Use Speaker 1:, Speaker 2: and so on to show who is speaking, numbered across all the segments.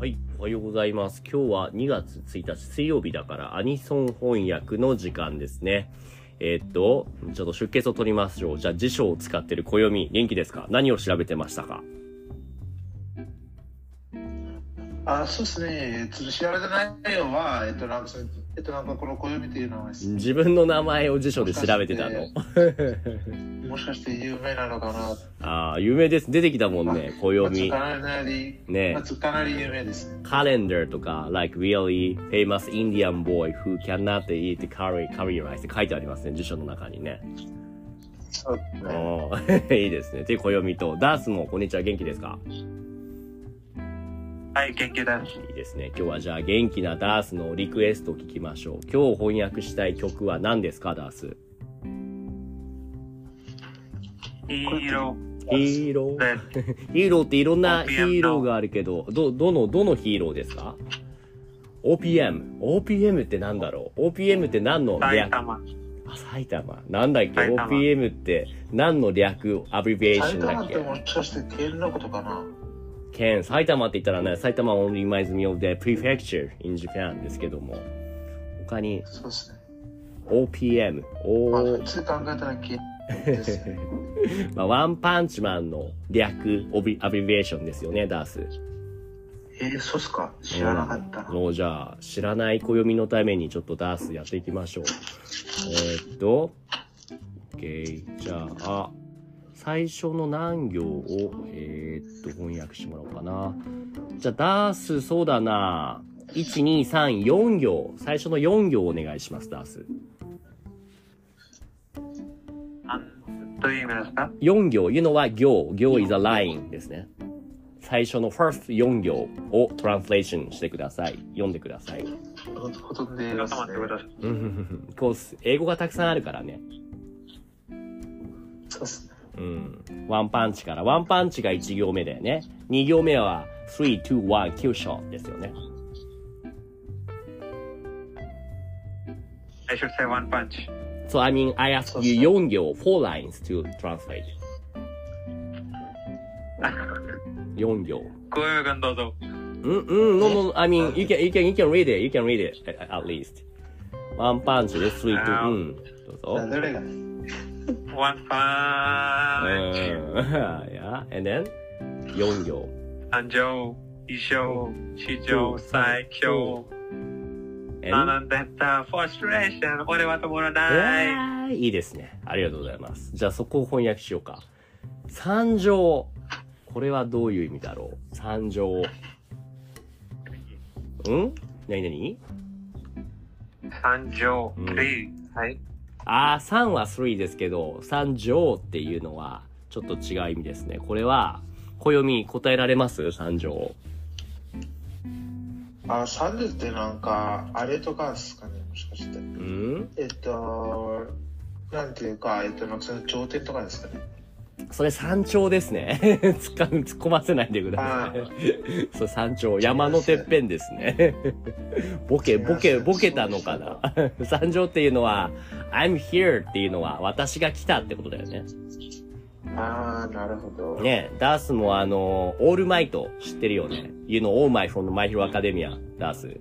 Speaker 1: はい、おはようございます。今日は2月1日水曜日だからアニソン翻訳の時間ですね。えーっと、ちょっと出血を取りましょう。じゃあ辞書を使ってる暦、元気ですか何を調べてましたか
Speaker 2: あそうですね、つぶしられた内容は、えっと、なんか、えっと、なんかこの暦っていうのはですね、
Speaker 1: 自分の名前を辞書で調べてたの
Speaker 2: もし。もしかして有名なのかな、
Speaker 1: ああ、有名です。出てきたもんね、暦。
Speaker 2: まあかなり、
Speaker 1: ね
Speaker 2: まあかなり有名ですね。
Speaker 1: calendar とか、like really famous Indian boy who cannot eat curry, curry rice って書いてありますね、辞書の中にね。
Speaker 2: そうですね。
Speaker 1: おー いいですね。で、暦と、ダースも、こんにちは、元気ですか
Speaker 2: はい、研究団。
Speaker 1: いいですね。今日はじゃあ元気なダースのリクエストを聞きましょう。今日翻訳したい曲は何ですか、ダース。
Speaker 3: ヒーロ
Speaker 1: ヒーロ
Speaker 3: ー
Speaker 1: ー。
Speaker 3: で
Speaker 1: ヒーローっていろんなヒ
Speaker 3: OPM
Speaker 1: ーローがあるけど、ど、どの、どのヒーローですか ?OPM。OPM って何だろう ?OPM って何の
Speaker 3: 埼
Speaker 1: 略あ、
Speaker 3: 玉
Speaker 1: 埼玉。なんだっけ
Speaker 3: 埼玉
Speaker 1: ?OPM って何の略アブリビエーショ
Speaker 2: 埼
Speaker 1: ンだ
Speaker 2: 玉
Speaker 1: っ
Speaker 2: って
Speaker 1: け
Speaker 2: もしかして天のことかな
Speaker 1: 県、埼玉って言ったらね、埼玉 only reminds me of the prefecture in Japan ですけども。他に
Speaker 2: そうですね。
Speaker 1: OPM。
Speaker 2: まあ、
Speaker 1: O
Speaker 2: 普通考えたら けですね。
Speaker 1: まあ、ワンパンチマンの略、オビアビビエーションですよね、ダース。
Speaker 2: えー、そうっすか知らなかった。
Speaker 1: もうじゃあ、知らない暦のためにちょっとダースやっていきましょう。えーっと、OK、じゃあ、最初の何行を、えーっと、翻訳してもらおうかな。じゃあ、ダース、そうだな。1、2、3、4行。最初の4行お願いします、ダース。
Speaker 3: なんという意味ですか
Speaker 1: 4行、いうのは行、行 is a line ですね。最初の first4 行をトランスレーションしてください。読んでください。
Speaker 2: ほとほとんど
Speaker 3: ち
Speaker 2: で
Speaker 3: ょっと
Speaker 2: す
Speaker 3: 待ってくだ
Speaker 2: ね。
Speaker 3: さい。
Speaker 1: こうす英語がたくさんあるからね。
Speaker 2: そうっすね。
Speaker 1: うん。ワンパンチから、ワンパンチが1行目だよね。2行目は3、2、1、急所ですよね。
Speaker 3: I should say one punch.
Speaker 1: So I mean, I ask
Speaker 2: そうそう
Speaker 1: you 4行、4 lines to translate. 4行。
Speaker 3: ご用意どうぞ。
Speaker 1: うんうん、no, no, I mean, you can, you can, you can read it, you can read it, at, at least. ワンパンチで3、2、うん。どうぞ。
Speaker 2: どれが
Speaker 3: One punch.
Speaker 1: Uh. いや、and then 4行。
Speaker 3: 誕生、衣装、市場、最強。
Speaker 1: And-
Speaker 3: 学んでった、フォーストレーション。俺は止まらな
Speaker 1: え
Speaker 3: い。
Speaker 1: ーいいですね。ありがとうございます。じゃあそこを翻訳しようか。三条。これはどういう意味だろう三条。うん何何
Speaker 3: 誕生
Speaker 1: うん、
Speaker 3: 3。はい。
Speaker 1: あー、3は3ですけど、三条っていうのはちょっと違う意味ですね。これは、暦答えられます三条。
Speaker 2: あ、サンデってなんか、あれとかですかね、もしかして。
Speaker 1: うん
Speaker 2: えっと、なんていうか、えっと、なんかその頂点とかですかね。
Speaker 1: それ山頂ですね。 突っか突っ込ませないでくださ
Speaker 2: あ
Speaker 1: い。 そう、山頂。山のてっぺんです ね。ボケ、ボケ、ボケたのかな。山頂っていうのは、I'm here っていうのは、私が来たってことだよね。
Speaker 2: ああ、なるほど。
Speaker 1: ねダースもあの、オールマイト知ってるよね。You know, all my from my hero academia, ダース。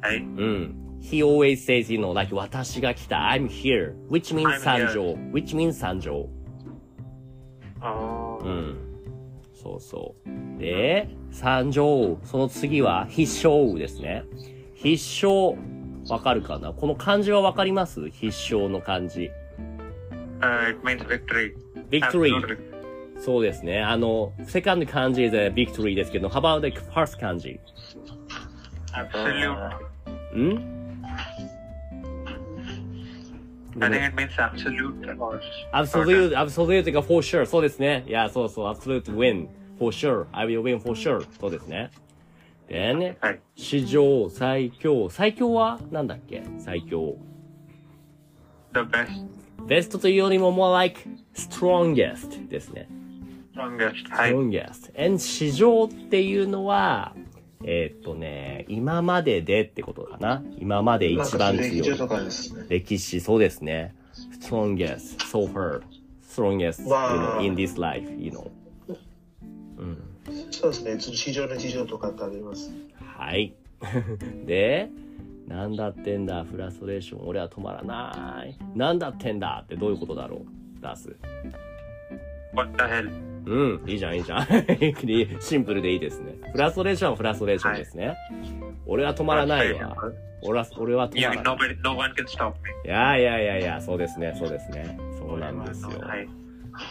Speaker 3: はい。
Speaker 1: うん。He always says, you know, like, 私が来た、I'm here, which means
Speaker 3: I'm here.
Speaker 1: 山頂 which means 山頂
Speaker 3: お
Speaker 1: う
Speaker 3: ー。
Speaker 1: ん。そうそう。で、三条、その次は必勝ですね。必勝、わかるかなこの漢字はわかります必勝の漢字。
Speaker 3: Uh, It means victory.
Speaker 1: victory。そうですね。あの、セカンド漢字 is a victory ですけど、how about the first 漢字
Speaker 3: Absolute.
Speaker 1: んご
Speaker 3: I
Speaker 1: め
Speaker 3: think
Speaker 1: ん
Speaker 3: it means absolute. or-
Speaker 1: absolute, absolute が for sure. そうですね。いや、そうそう。absolute win. for sure. I will win for sure. そうですね。でね、
Speaker 3: はい。
Speaker 1: 史上最強。最強はなんだっけ最強。
Speaker 3: The best,
Speaker 1: ベストというよりも more like strongest ですね。
Speaker 3: strongest. はい。
Speaker 1: strongest。and 史上っていうのは、えーっとね、今まででってことかな。今まで
Speaker 2: なん
Speaker 1: 一
Speaker 2: か
Speaker 1: 番
Speaker 2: 歴
Speaker 1: 強
Speaker 2: 史
Speaker 1: い
Speaker 2: と。かですね。
Speaker 1: 歴史、そうですね。strongest, so far, strongest you
Speaker 2: わ
Speaker 1: know,
Speaker 2: あ
Speaker 1: in this life, you know.
Speaker 2: そうですね、潰し状の事情とかってあります。
Speaker 1: はい。 で、なんだってんだ、フラストレーション、俺は止まらない。なんだってんだってどういうことだろう、ダース。
Speaker 3: What the hell?
Speaker 1: うん、いいじゃん、いいじゃん。 シンプルでいいですね。フラストレーションはフラストレーションですね。俺は止まらないわ。俺は、俺は止
Speaker 3: Yeah,
Speaker 1: まらない。
Speaker 3: nobody, no one can stop me.
Speaker 1: いやいやいやいや、そうですね、そうですね。そうなんですよ。
Speaker 3: はい。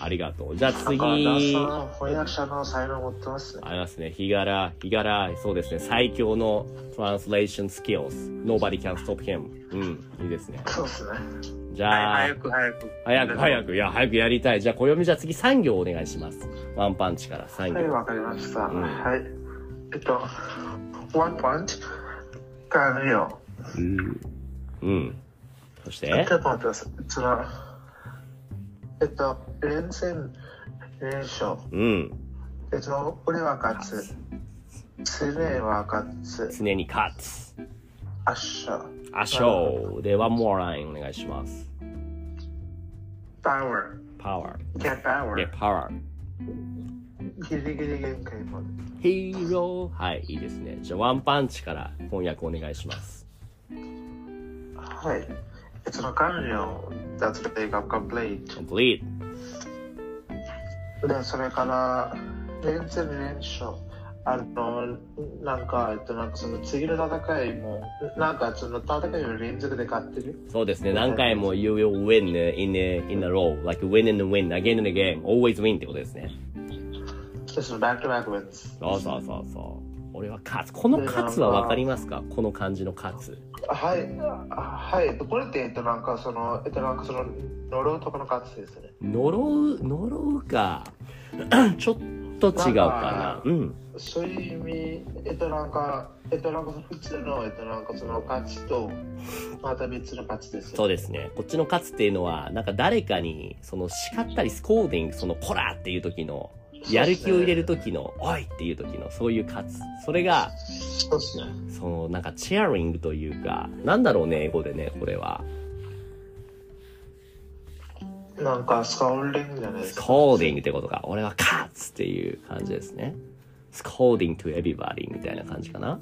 Speaker 1: ありがとう。じゃあ次。
Speaker 2: ダンサーの翻訳者の才能を持ってますね。
Speaker 1: ありますね。日柄、日柄、そうですね。最強のトランスレーションスキルス。Nobody can stop him. うん、いいですね。
Speaker 2: そうですね。
Speaker 1: じゃあ、
Speaker 3: はい早く早く。
Speaker 1: 早く早く、いや、早くやりたい。じゃあ、暦じゃあ次3行お願いします。ワンパンチから3
Speaker 2: はい、
Speaker 1: 行。
Speaker 2: わかりました。
Speaker 1: うん
Speaker 2: はい。えっと、ワンパンチ、完了。
Speaker 1: うん。うん。そして、
Speaker 2: ちょっと待ってください。つら、えっと、連戦、連勝。
Speaker 1: うん。
Speaker 2: えっと、俺は勝つ。常は勝つ。
Speaker 1: 常に勝つ。
Speaker 2: あっしゃ。
Speaker 1: あしょう。で、ワンモアラインお願いします。
Speaker 2: パワー。
Speaker 1: パワ
Speaker 2: ゲッパワ
Speaker 1: ー。で、
Speaker 2: ー。
Speaker 1: パワー。
Speaker 2: ギリギリ限界まで。
Speaker 1: ヒーロー。はい、いいですね。じゃあ、ワンパンチから翻訳お願いします。
Speaker 2: はい。えっと、完了。That's the big complete.
Speaker 1: コンプリート。
Speaker 2: で、それから、連戦連勝。あの、なんか、えっと、なんかその次の戦いも、なんかその戦いを連続で勝ってる。
Speaker 1: そうですね、何回も You will win in a, in a row, like win and win, again and again, always win ってことですね。
Speaker 2: で、そのバックバックウィンズ。
Speaker 1: そうそうそうそう。俺は勝つ。この勝つは分かりますかこの感じの勝つ。
Speaker 2: はい、あはい、これって、えっと、なんかその、えっと、なんかその、呪うとこの勝つですね。
Speaker 1: 呪う、呪うか。 ちょっと違うかな。うん。
Speaker 2: そういう意味、えっと、なんか、えっと、なんかその普通の、えっと、なんかその勝ちと、また別の勝ちですよ、ね。
Speaker 1: そうですね。こっちの勝つっていうのは、なんか誰かに、その叱ったり、スコーディング、そのコラっていう時の、やる気を入れる時の、おいっていう時の、そういう勝つ。それが、
Speaker 2: そうですね。
Speaker 1: その、なんかチェアリングというか、なんだろうね、英語でね、これは。
Speaker 2: なんか、スカウリングじゃないです
Speaker 1: ス
Speaker 2: か。
Speaker 1: コーディングってことか。俺は勝つっていう感じですね。スコーディング to everybody みたいな感じかな。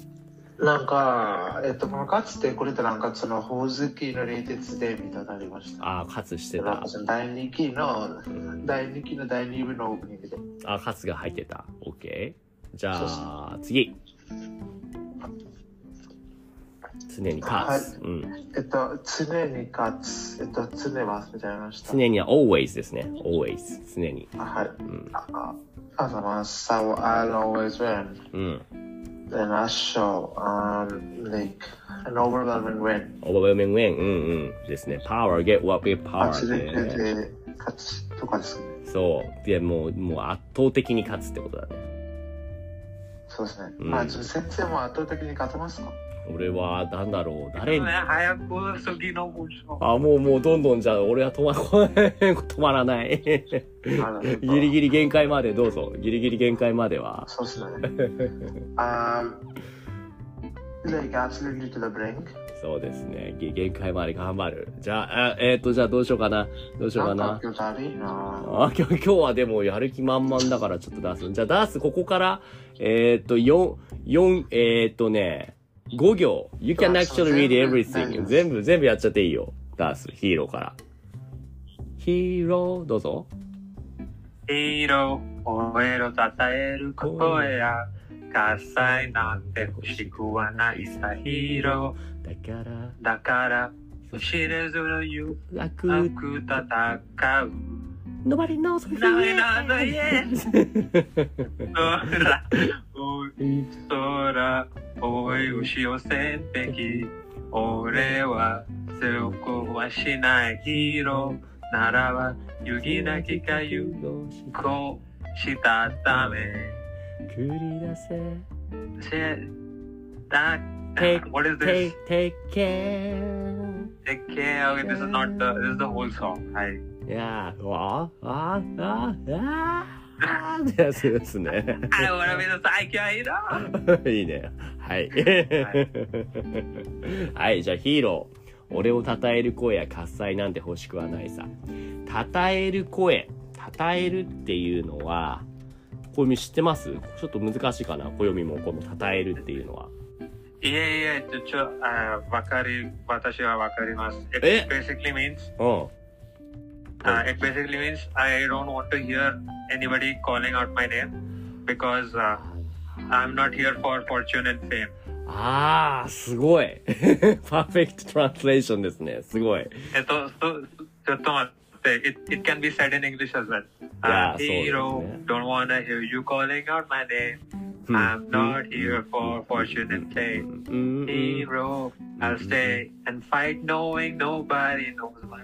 Speaker 2: なんか、えっと、この勝つって、これってなんかその、ほおずきの冷徹で、みたいになりました。
Speaker 1: ああ、勝つして
Speaker 2: なん
Speaker 1: た
Speaker 2: か。その第2期の、第2期の第2部のオープニングで。
Speaker 1: ああ、勝つが入ってた。OK。じゃあ、次。常に勝つ。うん。
Speaker 2: えっと、常に勝つ。えっと、常は忘れちゃいました。
Speaker 1: 常には always ですね。always。常に。
Speaker 2: はい。
Speaker 1: うん。
Speaker 2: あ、あざます。So I'll always win.
Speaker 1: うん。
Speaker 2: Then I show, um, like, an overwhelming win.
Speaker 1: overwhelming win. うんうん。ですね。power, get what with
Speaker 2: 勝ち
Speaker 1: power.
Speaker 2: で勝
Speaker 1: ね
Speaker 2: て、勝ちとかですね。
Speaker 1: そう。で、もう、もう圧倒的に勝つってことだね。
Speaker 2: そうですね。
Speaker 1: うん
Speaker 2: まあ、ちょっと先生も圧倒的に勝てますか
Speaker 1: 俺は、なんだろう。誰に。
Speaker 3: 早く次の文章。
Speaker 1: あ、もうもうどんどんじゃあ俺は止ま、 止まらない。 ギリギ
Speaker 2: リ。
Speaker 1: リ限界までどうぞ。ギリギリ限界までは。
Speaker 2: そうですね。um, like, absolutely to the brink.
Speaker 1: そうですね。ぎ限界まで頑張る。じゃあ、あえっ、と、じゃあどうしようかな。どうしよう
Speaker 2: な
Speaker 1: か
Speaker 2: んか
Speaker 1: な。
Speaker 2: 今日だるいな
Speaker 1: あ今日今日はでもやる気満々だからちょっとダース。じゃあダースここから、えっ、と、4、4、えっ、とね、5行。You can actually read
Speaker 2: 大丈
Speaker 1: everything.
Speaker 2: 夫
Speaker 1: 全部、全部やっちゃっていいよ。ダース、ヒーローから。ヒーロー、どうぞ。
Speaker 3: ヒーロー、燃えろ、たたえることや、喝采なんて欲しくはないさ、ヒーロ
Speaker 1: だから、
Speaker 3: ー。だから、知れずのゆ
Speaker 1: 楽
Speaker 3: くく戦う。
Speaker 1: Nobody knows who
Speaker 3: なえな のえ、空、空、追い牛を線敵。俺は強くはしないヒーロー。ならば、湯気なきかゆこしたため。
Speaker 1: 繰り出せ
Speaker 3: せだ
Speaker 1: Take-
Speaker 3: uh, What is this?
Speaker 1: Take, take care
Speaker 3: Take care. Okay, this is not the this is the whole song. Hi.
Speaker 1: Yeah わああああああってやつですね
Speaker 3: I wanna be the psycho hero.
Speaker 1: いいねはいはいじゃあヒーロー俺を称える声や喝采なんて欲しくはないさ称える声称えるっていうのはこ暦知ってますちょっと難しいかな暦もこの称えるっていうのはい
Speaker 3: えいえ、ちょ、ちょ、あわかり、私はわかります。It
Speaker 1: え
Speaker 3: basically means
Speaker 1: う
Speaker 3: Uh, it basically means I don't want to hear anybody calling out my name because uh,
Speaker 1: ん
Speaker 3: I'm not here for fortune and fame.
Speaker 1: ああ、すごい。 パーフェクトトランスレーションですね。すごい。
Speaker 3: And so, so, so, so it, it can be said in English as
Speaker 1: Yeah,
Speaker 3: well. I'm
Speaker 1: so-
Speaker 3: hero,
Speaker 1: yeah. Hmm.
Speaker 3: don't want to hear you calling out my name.
Speaker 1: うん
Speaker 3: I'm not here for fortune and
Speaker 1: う
Speaker 3: fame.
Speaker 1: んうんうん
Speaker 3: Hero,
Speaker 1: Hmm.
Speaker 3: I'll stay and fight knowing nobody knows my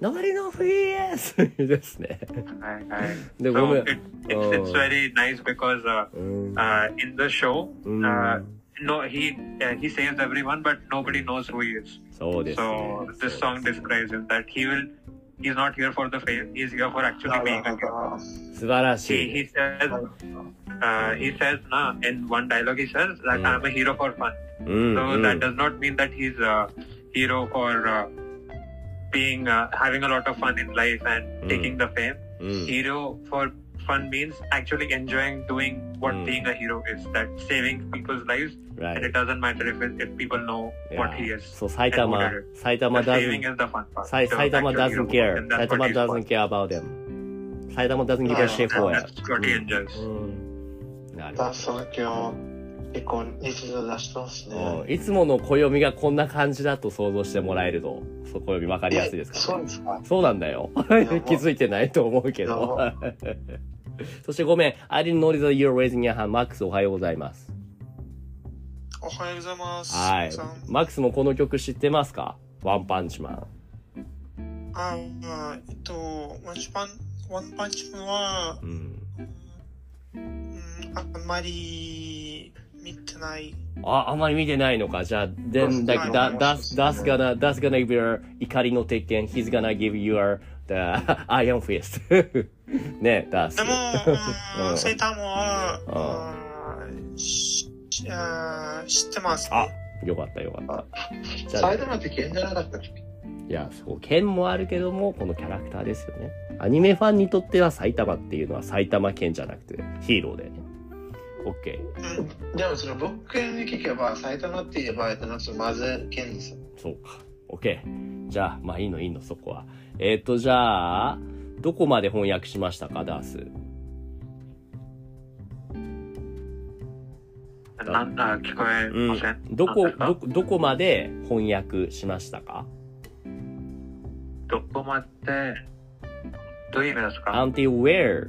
Speaker 1: Nobody knows who he is! ですね。
Speaker 3: I, I.
Speaker 1: で、ご
Speaker 3: So
Speaker 1: め
Speaker 3: it,
Speaker 1: ん。
Speaker 3: it's, it's
Speaker 1: Oh.
Speaker 3: very nice because uh,
Speaker 1: うん。
Speaker 3: uh, in the show,
Speaker 1: うん
Speaker 3: uh, no, he uh, he saves everyone, but nobody knows who he is.
Speaker 1: そうですね。
Speaker 3: So this
Speaker 1: そう
Speaker 3: song
Speaker 1: です
Speaker 3: describes him that he will. He's not here for the fame. He's here for actually
Speaker 2: な
Speaker 3: being a
Speaker 2: る
Speaker 3: hero.
Speaker 2: ほど。
Speaker 1: 素晴らし
Speaker 3: He
Speaker 1: い。
Speaker 3: he says uh, he says nah, in one dialogue he says that
Speaker 1: Mm.
Speaker 3: I'm a hero for fun.
Speaker 1: うん。
Speaker 3: So
Speaker 1: うん
Speaker 3: that does not mean that he's a hero for uh, being uh, having a lot of fun in life and
Speaker 1: Mm.
Speaker 3: taking the fame.
Speaker 1: うん。
Speaker 3: Hero for fun means actually enjoying doing what
Speaker 1: Mm.
Speaker 3: being a hero is. That saving people's lives and
Speaker 1: Right.
Speaker 3: it doesn't matter if, it, if people know what he
Speaker 1: Yeah.
Speaker 3: is.
Speaker 1: そう、埼玉
Speaker 3: And what it、
Speaker 1: 埼
Speaker 3: The
Speaker 1: 玉
Speaker 3: saving
Speaker 1: doesn't,
Speaker 3: is the fun part.
Speaker 1: 埼
Speaker 3: The
Speaker 1: 玉
Speaker 3: actual hero
Speaker 1: doesn't care.
Speaker 3: and that's
Speaker 1: 埼玉
Speaker 3: what he's
Speaker 1: doesn't
Speaker 3: for.
Speaker 1: care about them. 埼玉 doesn't give a shit
Speaker 3: Yeah,
Speaker 1: for it.
Speaker 3: that's what he enjoys.
Speaker 1: うん。なるほど
Speaker 2: ダンスの今日、結構日常出してますね。
Speaker 1: うんいつもの暦がこんな感じだと想像してもらえると、そう暦わかりやすいですか
Speaker 2: そうですか。
Speaker 1: そうなんだよ。
Speaker 2: ば
Speaker 1: 気づいてないと思うけ
Speaker 2: や
Speaker 1: ど
Speaker 2: ば。
Speaker 1: そしてごめん。I didn't notice that you're raising your hand. マックスおはようございます。
Speaker 4: おはようございます。
Speaker 1: はい
Speaker 4: さん。
Speaker 1: マックスもこの曲知ってますかワンパンチマン。
Speaker 4: あ、まあ、えっと、ワンチパン、ワンパンチマンは、
Speaker 1: うん。
Speaker 4: うん、あんまり見て ない。
Speaker 1: あ、あんまり見てないのか。じゃあ、then, like,
Speaker 4: は
Speaker 1: that, that's,
Speaker 4: い
Speaker 1: that's gonna, that's gonna give your 怒りの鉄拳。He's gonna give you your, the iron fist. ね、that's.
Speaker 4: でも、
Speaker 1: う
Speaker 4: うんん、セイタモは、うんしあー知ってます。
Speaker 1: あ、よかったよかった。じゃあ
Speaker 2: 埼玉って県じゃなかったっけ
Speaker 1: いや、そう、県もあるけども、このキャラクターですよね。アニメファンにとっては埼玉っていうのは埼玉県じゃなくてヒーローだよね。OK。
Speaker 4: うん、
Speaker 2: でもその僕に聞けば埼玉って言えばえっとなんかそのまず県ですよ
Speaker 1: そうか。OK。じゃあ、まあいいのいいの、そこは。えっ、と、じゃあ、どこまで翻訳しましたか、ダース。Mm.
Speaker 3: なんあ聞こえません。
Speaker 1: どこ、ど
Speaker 3: なんですか
Speaker 1: こ、どこまで翻訳しましたか
Speaker 3: どこまでどういう意味ですか
Speaker 1: ?until where?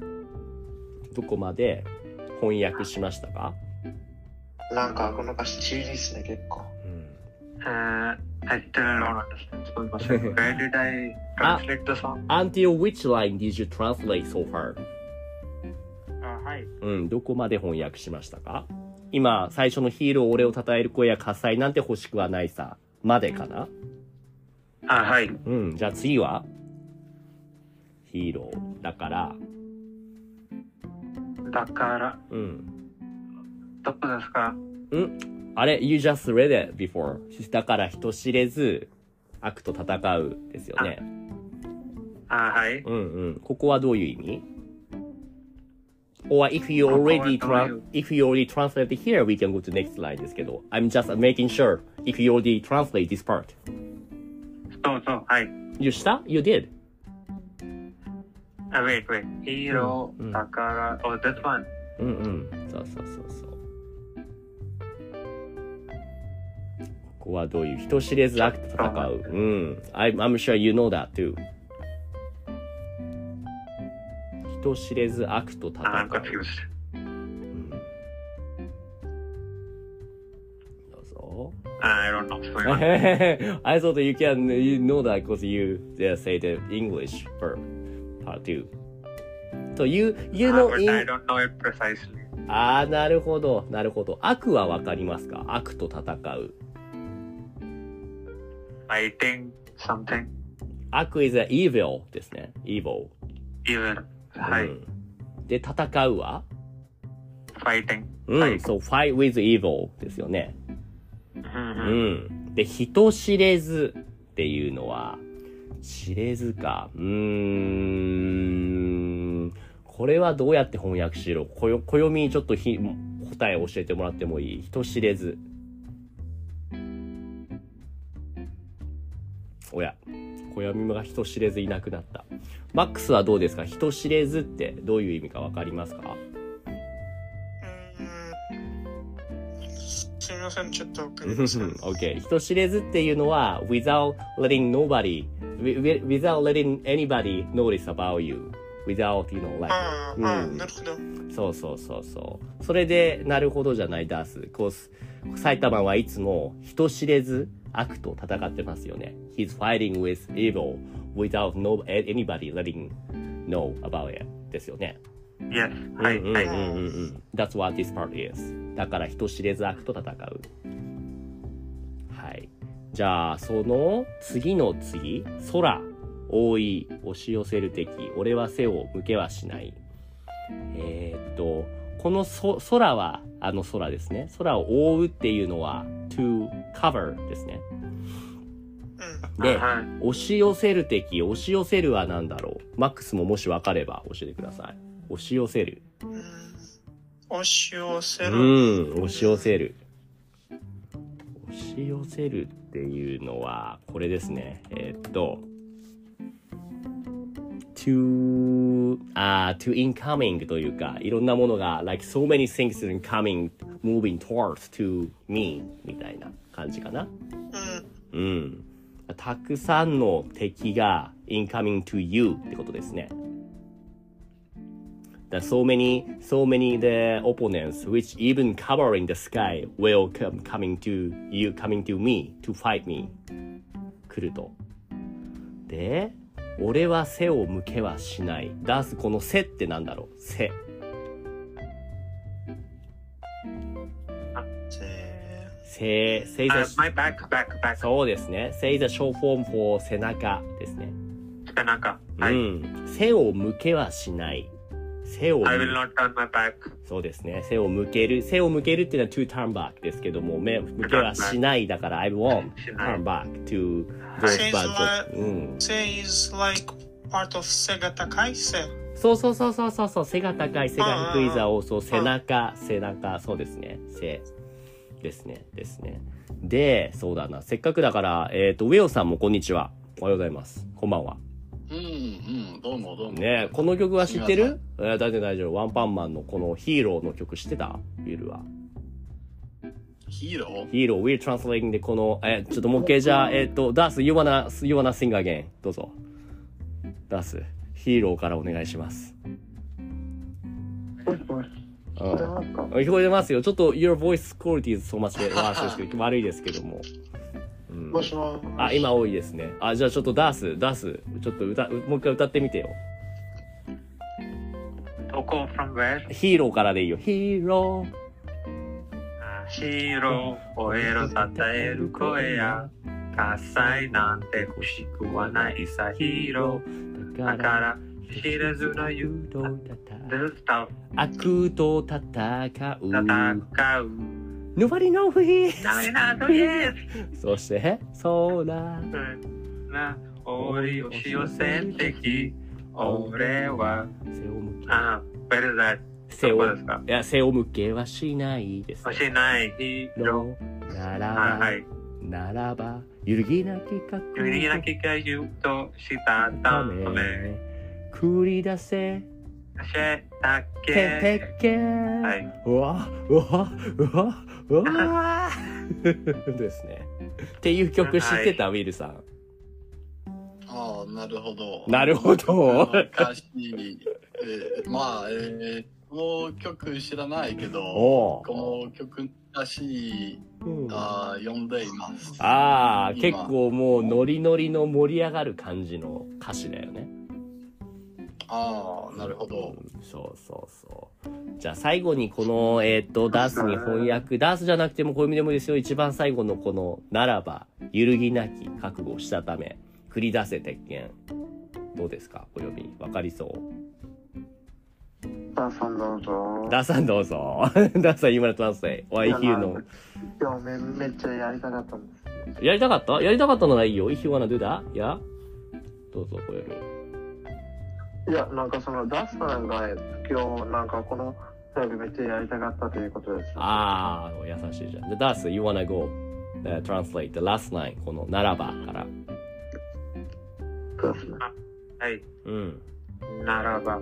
Speaker 1: どこまで翻訳しましたか
Speaker 2: なんかこの歌詞中二ですね結構
Speaker 1: うん。
Speaker 3: えー Uh, I still don't understand. すみません。Where did I
Speaker 1: Ah.
Speaker 3: translate the song?
Speaker 1: until which line did you translate so far?
Speaker 3: あはい。
Speaker 1: うん、どこまで翻訳しましたか今、最初のヒーロー俺を称える声や喝采なんて欲しくはないさ。までかな
Speaker 3: あはい。
Speaker 1: うん、じゃあ次はヒーロー。だから、
Speaker 3: だから
Speaker 1: うん。
Speaker 3: どこですか
Speaker 1: あれ ?You just read it before. だから人知れず、悪と戦うですよね。
Speaker 3: あはい。
Speaker 1: うんうん。ここはどういう意味 Or if you
Speaker 3: ここは
Speaker 1: already
Speaker 3: どういう
Speaker 1: tra- if you already translate it here, we can go to next line ですけど。I'm just making sure if you already translate this part.
Speaker 3: そうそうはい。
Speaker 1: You した ?You did.
Speaker 3: あ Uh, wait wait。ヒーロ
Speaker 1: うん
Speaker 3: ーだから oh this one。
Speaker 1: うんうんそうそうそうそうここはどういう人知れず悪と戦ううん I'm, I'm sure you know that too 人知れず悪と戦
Speaker 3: Uh, I'm
Speaker 1: う
Speaker 3: confused.
Speaker 1: うんどうぞ
Speaker 3: Uh, I don't know. そういうの
Speaker 1: I thought you can you know that because you they say the English for part two So you you know
Speaker 3: Ah, but
Speaker 1: in
Speaker 3: I don't know it precisely.
Speaker 1: ああ、なるほど、なるほど。悪はわかりますか悪と戦う。
Speaker 3: Fighting something
Speaker 1: 悪 is a evil ですね。evil。
Speaker 3: even. はい。
Speaker 1: Hmm. うんで、戦うは
Speaker 3: Fighting.
Speaker 1: うん、
Speaker 3: はい
Speaker 1: so fight with evil ですよね。
Speaker 3: うんう
Speaker 1: うんん。で、人知れずっていうのは、知れずか。うーん。これはどうやって翻訳しろこよ暦ちょっとひ答え教えてもらってもいい人知れずおや暦が人知れずいなくなったマックスはどうですか人知れずってどういう意味かわかりますか
Speaker 4: すみません、ちょっとわ かりません。
Speaker 1: okay. 人知れずっていうのは without letting nobody wi- wi- without letting anybody notice about you without you know like
Speaker 4: あ
Speaker 1: うん
Speaker 4: あ、ああ、なるほど。
Speaker 1: そうそうそうそうそれでなるほどじゃないダースこう埼玉はいつも人知れず悪と戦ってますよね He's fighting with evil without no, anybody letting know about it ですよね
Speaker 3: Yes. はい、
Speaker 1: うんうん
Speaker 3: はい。
Speaker 1: うんうんうん That's what this part is だから人知れず悪と戦うはいじゃあその次の次空多い押し寄せる敵俺は背を向けはしないえーっとこのそ空はあの空ですね空を覆うっていうのは to cover ですね
Speaker 4: う
Speaker 1: で
Speaker 3: はい
Speaker 1: 押し寄せる敵押し寄せるは何だろうマックスももし分かれば教えてください押し寄せる
Speaker 4: ん。うん押し寄せ
Speaker 1: う
Speaker 4: る。
Speaker 1: ん、押し寄せる。押し寄せるっていうのは、これですね。えーっと、to, あー to incoming というか、いろんなものが、like so many things incoming, moving towards to me みたいな感じかな。
Speaker 4: うん。
Speaker 1: うん。たくさんの敵が incoming to you ってことですね。t h so many, so many the opponents which even covering the sky will come coming to you, coming to me to fight me 来ると。で、俺は背を向けはしない。ダース、この背ってなんだろう背。
Speaker 4: せ
Speaker 1: 背、背
Speaker 3: Uh,
Speaker 1: 座し
Speaker 3: my back, back, back.
Speaker 1: そうですね。背座小フォーム for 背中ですね。
Speaker 3: 背中。は
Speaker 1: う
Speaker 3: い。
Speaker 1: ん、背を向けはしない背を向
Speaker 3: I will not turn my back.
Speaker 1: そうですね背を向ける背を向けるっていうのは to turn back ですけども目向けはしないだから I won't
Speaker 3: しない
Speaker 1: turn back to
Speaker 3: は
Speaker 1: those
Speaker 3: い
Speaker 1: bad
Speaker 4: 背
Speaker 1: jobs うん
Speaker 4: ー、せ is like part of 背が高い背。
Speaker 1: そうそうそうそうそうそう背が高い背が低い
Speaker 4: あー
Speaker 1: 座をそう背中背中そうですね背ですねですねでそうだなせっかくだからえっ、とウェオさんもこんにちはおはようございますこんばんは
Speaker 5: うんうん、どうもどうも。
Speaker 1: ねえこの曲は知って
Speaker 5: すいま
Speaker 1: るえー大丈夫大丈夫ワンパンマンのこのヒーローの曲知ってたビルは
Speaker 5: ヒーロー
Speaker 1: ヒーロー We're translating でこのえちょっともう一回じゃあえっ、とダース You wanna, you wanna sing again どうぞダースヒーローからお願いします、うん、
Speaker 2: これなんか
Speaker 1: 聞こえてますよちょっと Your voice quality is so much worse ですけど悪いですけども、うん
Speaker 2: も、しも
Speaker 1: あ今多いですねあじゃあちょっとダースダースちょっと歌もう一回歌ってみてよ
Speaker 3: Toko from where?
Speaker 1: ヒーローからでいいよヒーロー
Speaker 3: ヒーロー、おエロたたえる声や、喝采なんて欲しくはないさ、ヒーロ
Speaker 1: ー
Speaker 3: ー。だから、知らずの言うと、ずっと
Speaker 1: 悪と戦う
Speaker 3: 戦う。
Speaker 1: Nobody know who he is
Speaker 3: ダメなとです。
Speaker 1: そして空
Speaker 3: な、おりをし寄せてき、俺は、
Speaker 1: 背を向
Speaker 3: あ、where is that?
Speaker 1: け
Speaker 3: ど
Speaker 1: 背
Speaker 3: こ
Speaker 1: を
Speaker 3: で
Speaker 1: い
Speaker 3: すか
Speaker 1: や背を向けはしないです
Speaker 3: 欲しないヒーロ
Speaker 1: のなら
Speaker 3: ー。
Speaker 1: ば、
Speaker 3: はいはい。
Speaker 1: ならば揺るぎなき過去
Speaker 3: 有意な機会言うとしたた
Speaker 1: た
Speaker 3: め、
Speaker 1: め繰り出せ
Speaker 3: せた
Speaker 1: て
Speaker 3: け。
Speaker 1: てけは
Speaker 3: はい。
Speaker 1: うわうわうわうわですねっていう曲知ってた、ウィルさん
Speaker 5: ああ、なるほど。
Speaker 1: なるほど
Speaker 5: あの歌詞、えーまあ、えーこの曲知らないけど、
Speaker 1: おう
Speaker 5: この曲の歌詞、
Speaker 1: うん
Speaker 5: あー読んでいます。
Speaker 1: ああ
Speaker 5: 今
Speaker 1: 結構もうノリノリの盛り上がる感じの歌詞だよね
Speaker 5: ああ、なるほど。
Speaker 1: うんそうそうそうじゃあ最後にこのえっ、とダースに翻訳ダースじゃなくても小指でもいいですよ一番最後のこの「ならば揺るぎなき覚悟したため繰り出せ鉄拳」どうですか小指わかりそう
Speaker 2: ダーさんどうぞ
Speaker 1: ダースさんどうぞダ ースさん今のトランスレイ YQ の
Speaker 2: 今日めめっちゃやりたかったんです
Speaker 1: やりたかったやりたかったならいいよ If you wanna do that? やどうぞ小指
Speaker 2: いや、なんかその、ダスさんが今日、なんかこのライブめっちゃやりたかったということです。
Speaker 1: ああ、優しいじゃん。で、Das, you wanna go、uh, translate the last line このならばから。
Speaker 2: そうですね。
Speaker 3: はい。
Speaker 1: うん。
Speaker 3: ならば。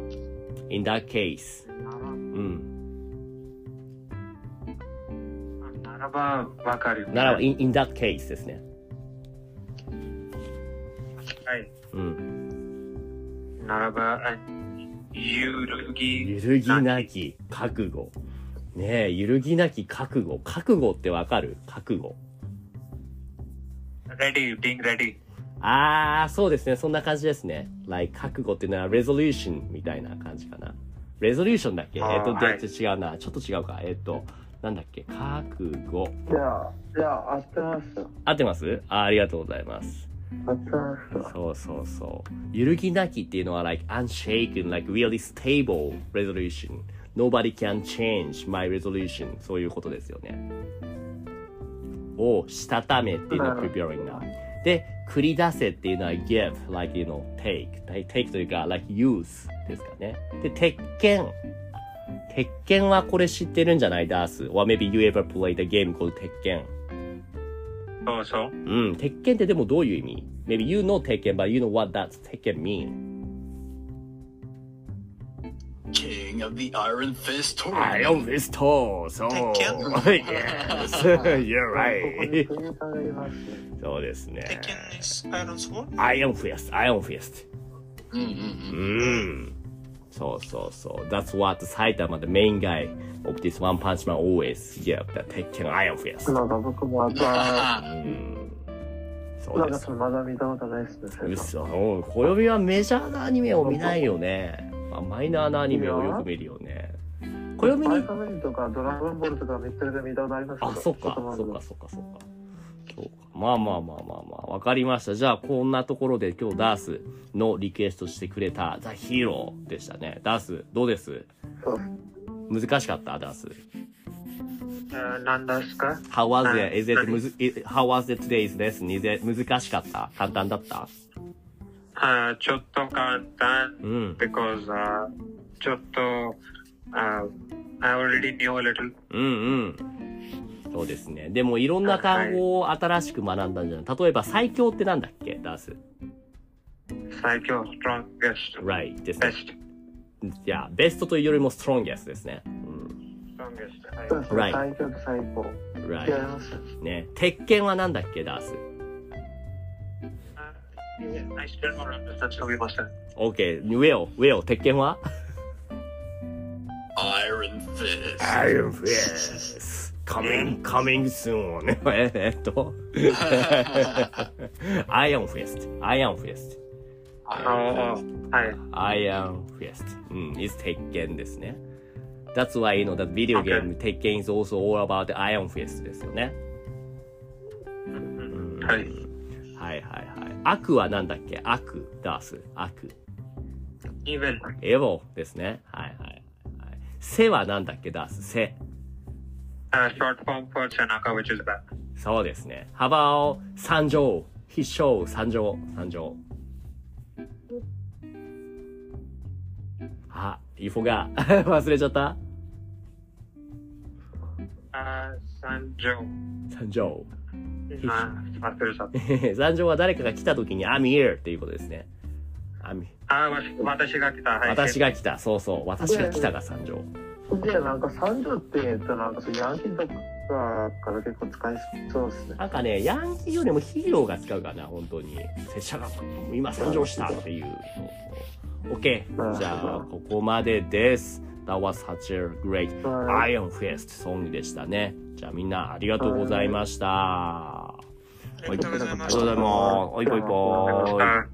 Speaker 1: In that case.
Speaker 3: なら
Speaker 1: うん。
Speaker 3: ならばわかる。
Speaker 1: ならば、
Speaker 3: い。
Speaker 1: in, in that case ですね。
Speaker 3: はい。
Speaker 1: うん。
Speaker 3: ならば、あゆるぎ。
Speaker 1: 揺るぎなき覚悟。ねえ、揺るぎなき覚悟。覚悟ってわかる覚悟。
Speaker 3: ready, being ready.
Speaker 1: ああ、そうですね。そんな感じですね。like 覚悟っていうのは resolution みたいな感じかな。resolution だっけえっ
Speaker 3: あー、
Speaker 1: と、
Speaker 3: はい
Speaker 1: で違うな。ちょっと違うか。えっ、と、なんだっけ覚悟。
Speaker 2: いや、いや、合ってますよ。
Speaker 1: 合ってますあーありがとうございます。
Speaker 2: 合ってますよ。
Speaker 1: そうそうそう。揺るぎなきっていうのは、like, unshaken, like, really stable resolution. Nobody can change my resolution. そういうことですよね。をしたためっていうのは
Speaker 2: うん
Speaker 1: preparing な。で、繰り出せっていうのは give, like, you know, take. take というか、like, use ですかね。で、鉄拳。鉄拳はこれ知ってるんじゃないダース。or maybe you ever played a game called 鉄拳。
Speaker 3: そうそう。
Speaker 1: うん、鉄拳ってでもどういう意味 ?Maybe you know 鉄拳 but you know what that 鉄拳 mean.
Speaker 5: King of the Iron Fist
Speaker 1: I
Speaker 5: Tournament.
Speaker 1: always told, so...
Speaker 4: 鉄 拳
Speaker 1: yes, you're
Speaker 2: ここに
Speaker 1: right.
Speaker 2: クリエイターがいますよ。
Speaker 1: そうですね。
Speaker 4: Taken is Iron Sword?
Speaker 1: Iron Fist, Iron Fist.
Speaker 5: うんうん
Speaker 1: う
Speaker 5: うん。
Speaker 1: ん。そうそうそう。That's what 埼玉 the main guy of this one punch man always give the 鉄拳 Iron Fist.
Speaker 2: なんか僕もまた、
Speaker 1: う
Speaker 5: あ
Speaker 1: ん。そ
Speaker 2: な
Speaker 1: うんで
Speaker 2: か
Speaker 1: す
Speaker 2: そ。のまだ見たことないですね。
Speaker 1: 嘘。お暦はメジャーなアニメを見ないよね。まあ、マイナーなアニメをよく見るよね。暦
Speaker 2: アイ
Speaker 1: に
Speaker 2: カメリとかドラゴンボールとかめっちゃ見たことありますけど
Speaker 1: あ、そっ
Speaker 2: ちょ
Speaker 1: か、
Speaker 2: と待
Speaker 1: そ
Speaker 2: て
Speaker 1: っか、そっか、そっか。そうか。まあまあまあまあまあ、わかりました。じゃあ、こんなところで今日ダースのリクエストしてくれたザ・ヒーローでしたね。ダース、どうです難しかったダース。
Speaker 3: あ何ですか
Speaker 1: How
Speaker 3: は
Speaker 1: was
Speaker 3: い
Speaker 1: it? Is it, むず i- how was it today's lesson? Is it 難しかった簡単だった
Speaker 3: あちょっと簡単。
Speaker 1: うん。
Speaker 3: Ah, because あちょっと、あ I already knew a little.
Speaker 1: うんうん。そうですね。でもいろんな単語を新しく学んだんじゃない例えば最強ってなんだっけダース。
Speaker 3: 最強、strongest,
Speaker 1: Right. ですね。
Speaker 3: best,
Speaker 1: いや、ベストというよりも strongest ですね。うん。
Speaker 3: strongest. はい
Speaker 2: そうですね
Speaker 1: Right
Speaker 2: 最強と最高。
Speaker 1: Right.
Speaker 2: 違いますよ。
Speaker 1: ね、鉄拳はなんだっけダース。
Speaker 3: あいえ I still don't understand. すみません。
Speaker 1: OK、ウェオ、ウェオ、鉄拳は
Speaker 5: あ。Iron Fist.
Speaker 1: ?Iron Fist。Coming, coming soon. え えっと。Iron Fist。Iron Fist。
Speaker 5: Oh,
Speaker 3: ああ、はい。
Speaker 1: Iron Fist。うん、is 鉄拳ですね。That's why, you know, that video game, 鉄拳 is also all about the Iron Fist ですよね。
Speaker 3: うんはい。
Speaker 1: はいはいはい。悪はなんだっけ悪、ダース。悪。
Speaker 3: evil,
Speaker 1: エボですね。はいはいはい。背はなんだっけダース。背。
Speaker 3: uh, short form for Chanaka, which is bad.
Speaker 1: そうですね。幅を三乗、必勝、三乗、三乗。あ、イフォが 忘れちゃった
Speaker 3: Uh, Sanjo,
Speaker 1: 三乗。
Speaker 3: uh, Master-san.
Speaker 1: 三乗は誰かが来た時に、I'm here っていうことですね。I'm-
Speaker 3: あわし私が来た。はい、
Speaker 1: 私が来た。そうそう。私が来たが三乗。
Speaker 2: で、なんか30って、えっと、なんかそうヤンキーとかから結構使いそうですね。
Speaker 1: なんかね、ヤンキーよりもヒーローが使うかな、本当に。拙者が今参上したっていう。そうそう OK。じゃあ、ここまでです。That was such a great
Speaker 2: は
Speaker 1: ア
Speaker 2: い。
Speaker 1: イオンフェストソングでしたね。じゃあみんなありがとうございました。
Speaker 4: ありがとうござい
Speaker 1: あ
Speaker 4: ま
Speaker 1: り
Speaker 4: し
Speaker 1: がとうござ
Speaker 4: た
Speaker 1: い。ます。おいぽいぽ
Speaker 3: 来
Speaker 1: ーい。
Speaker 3: た。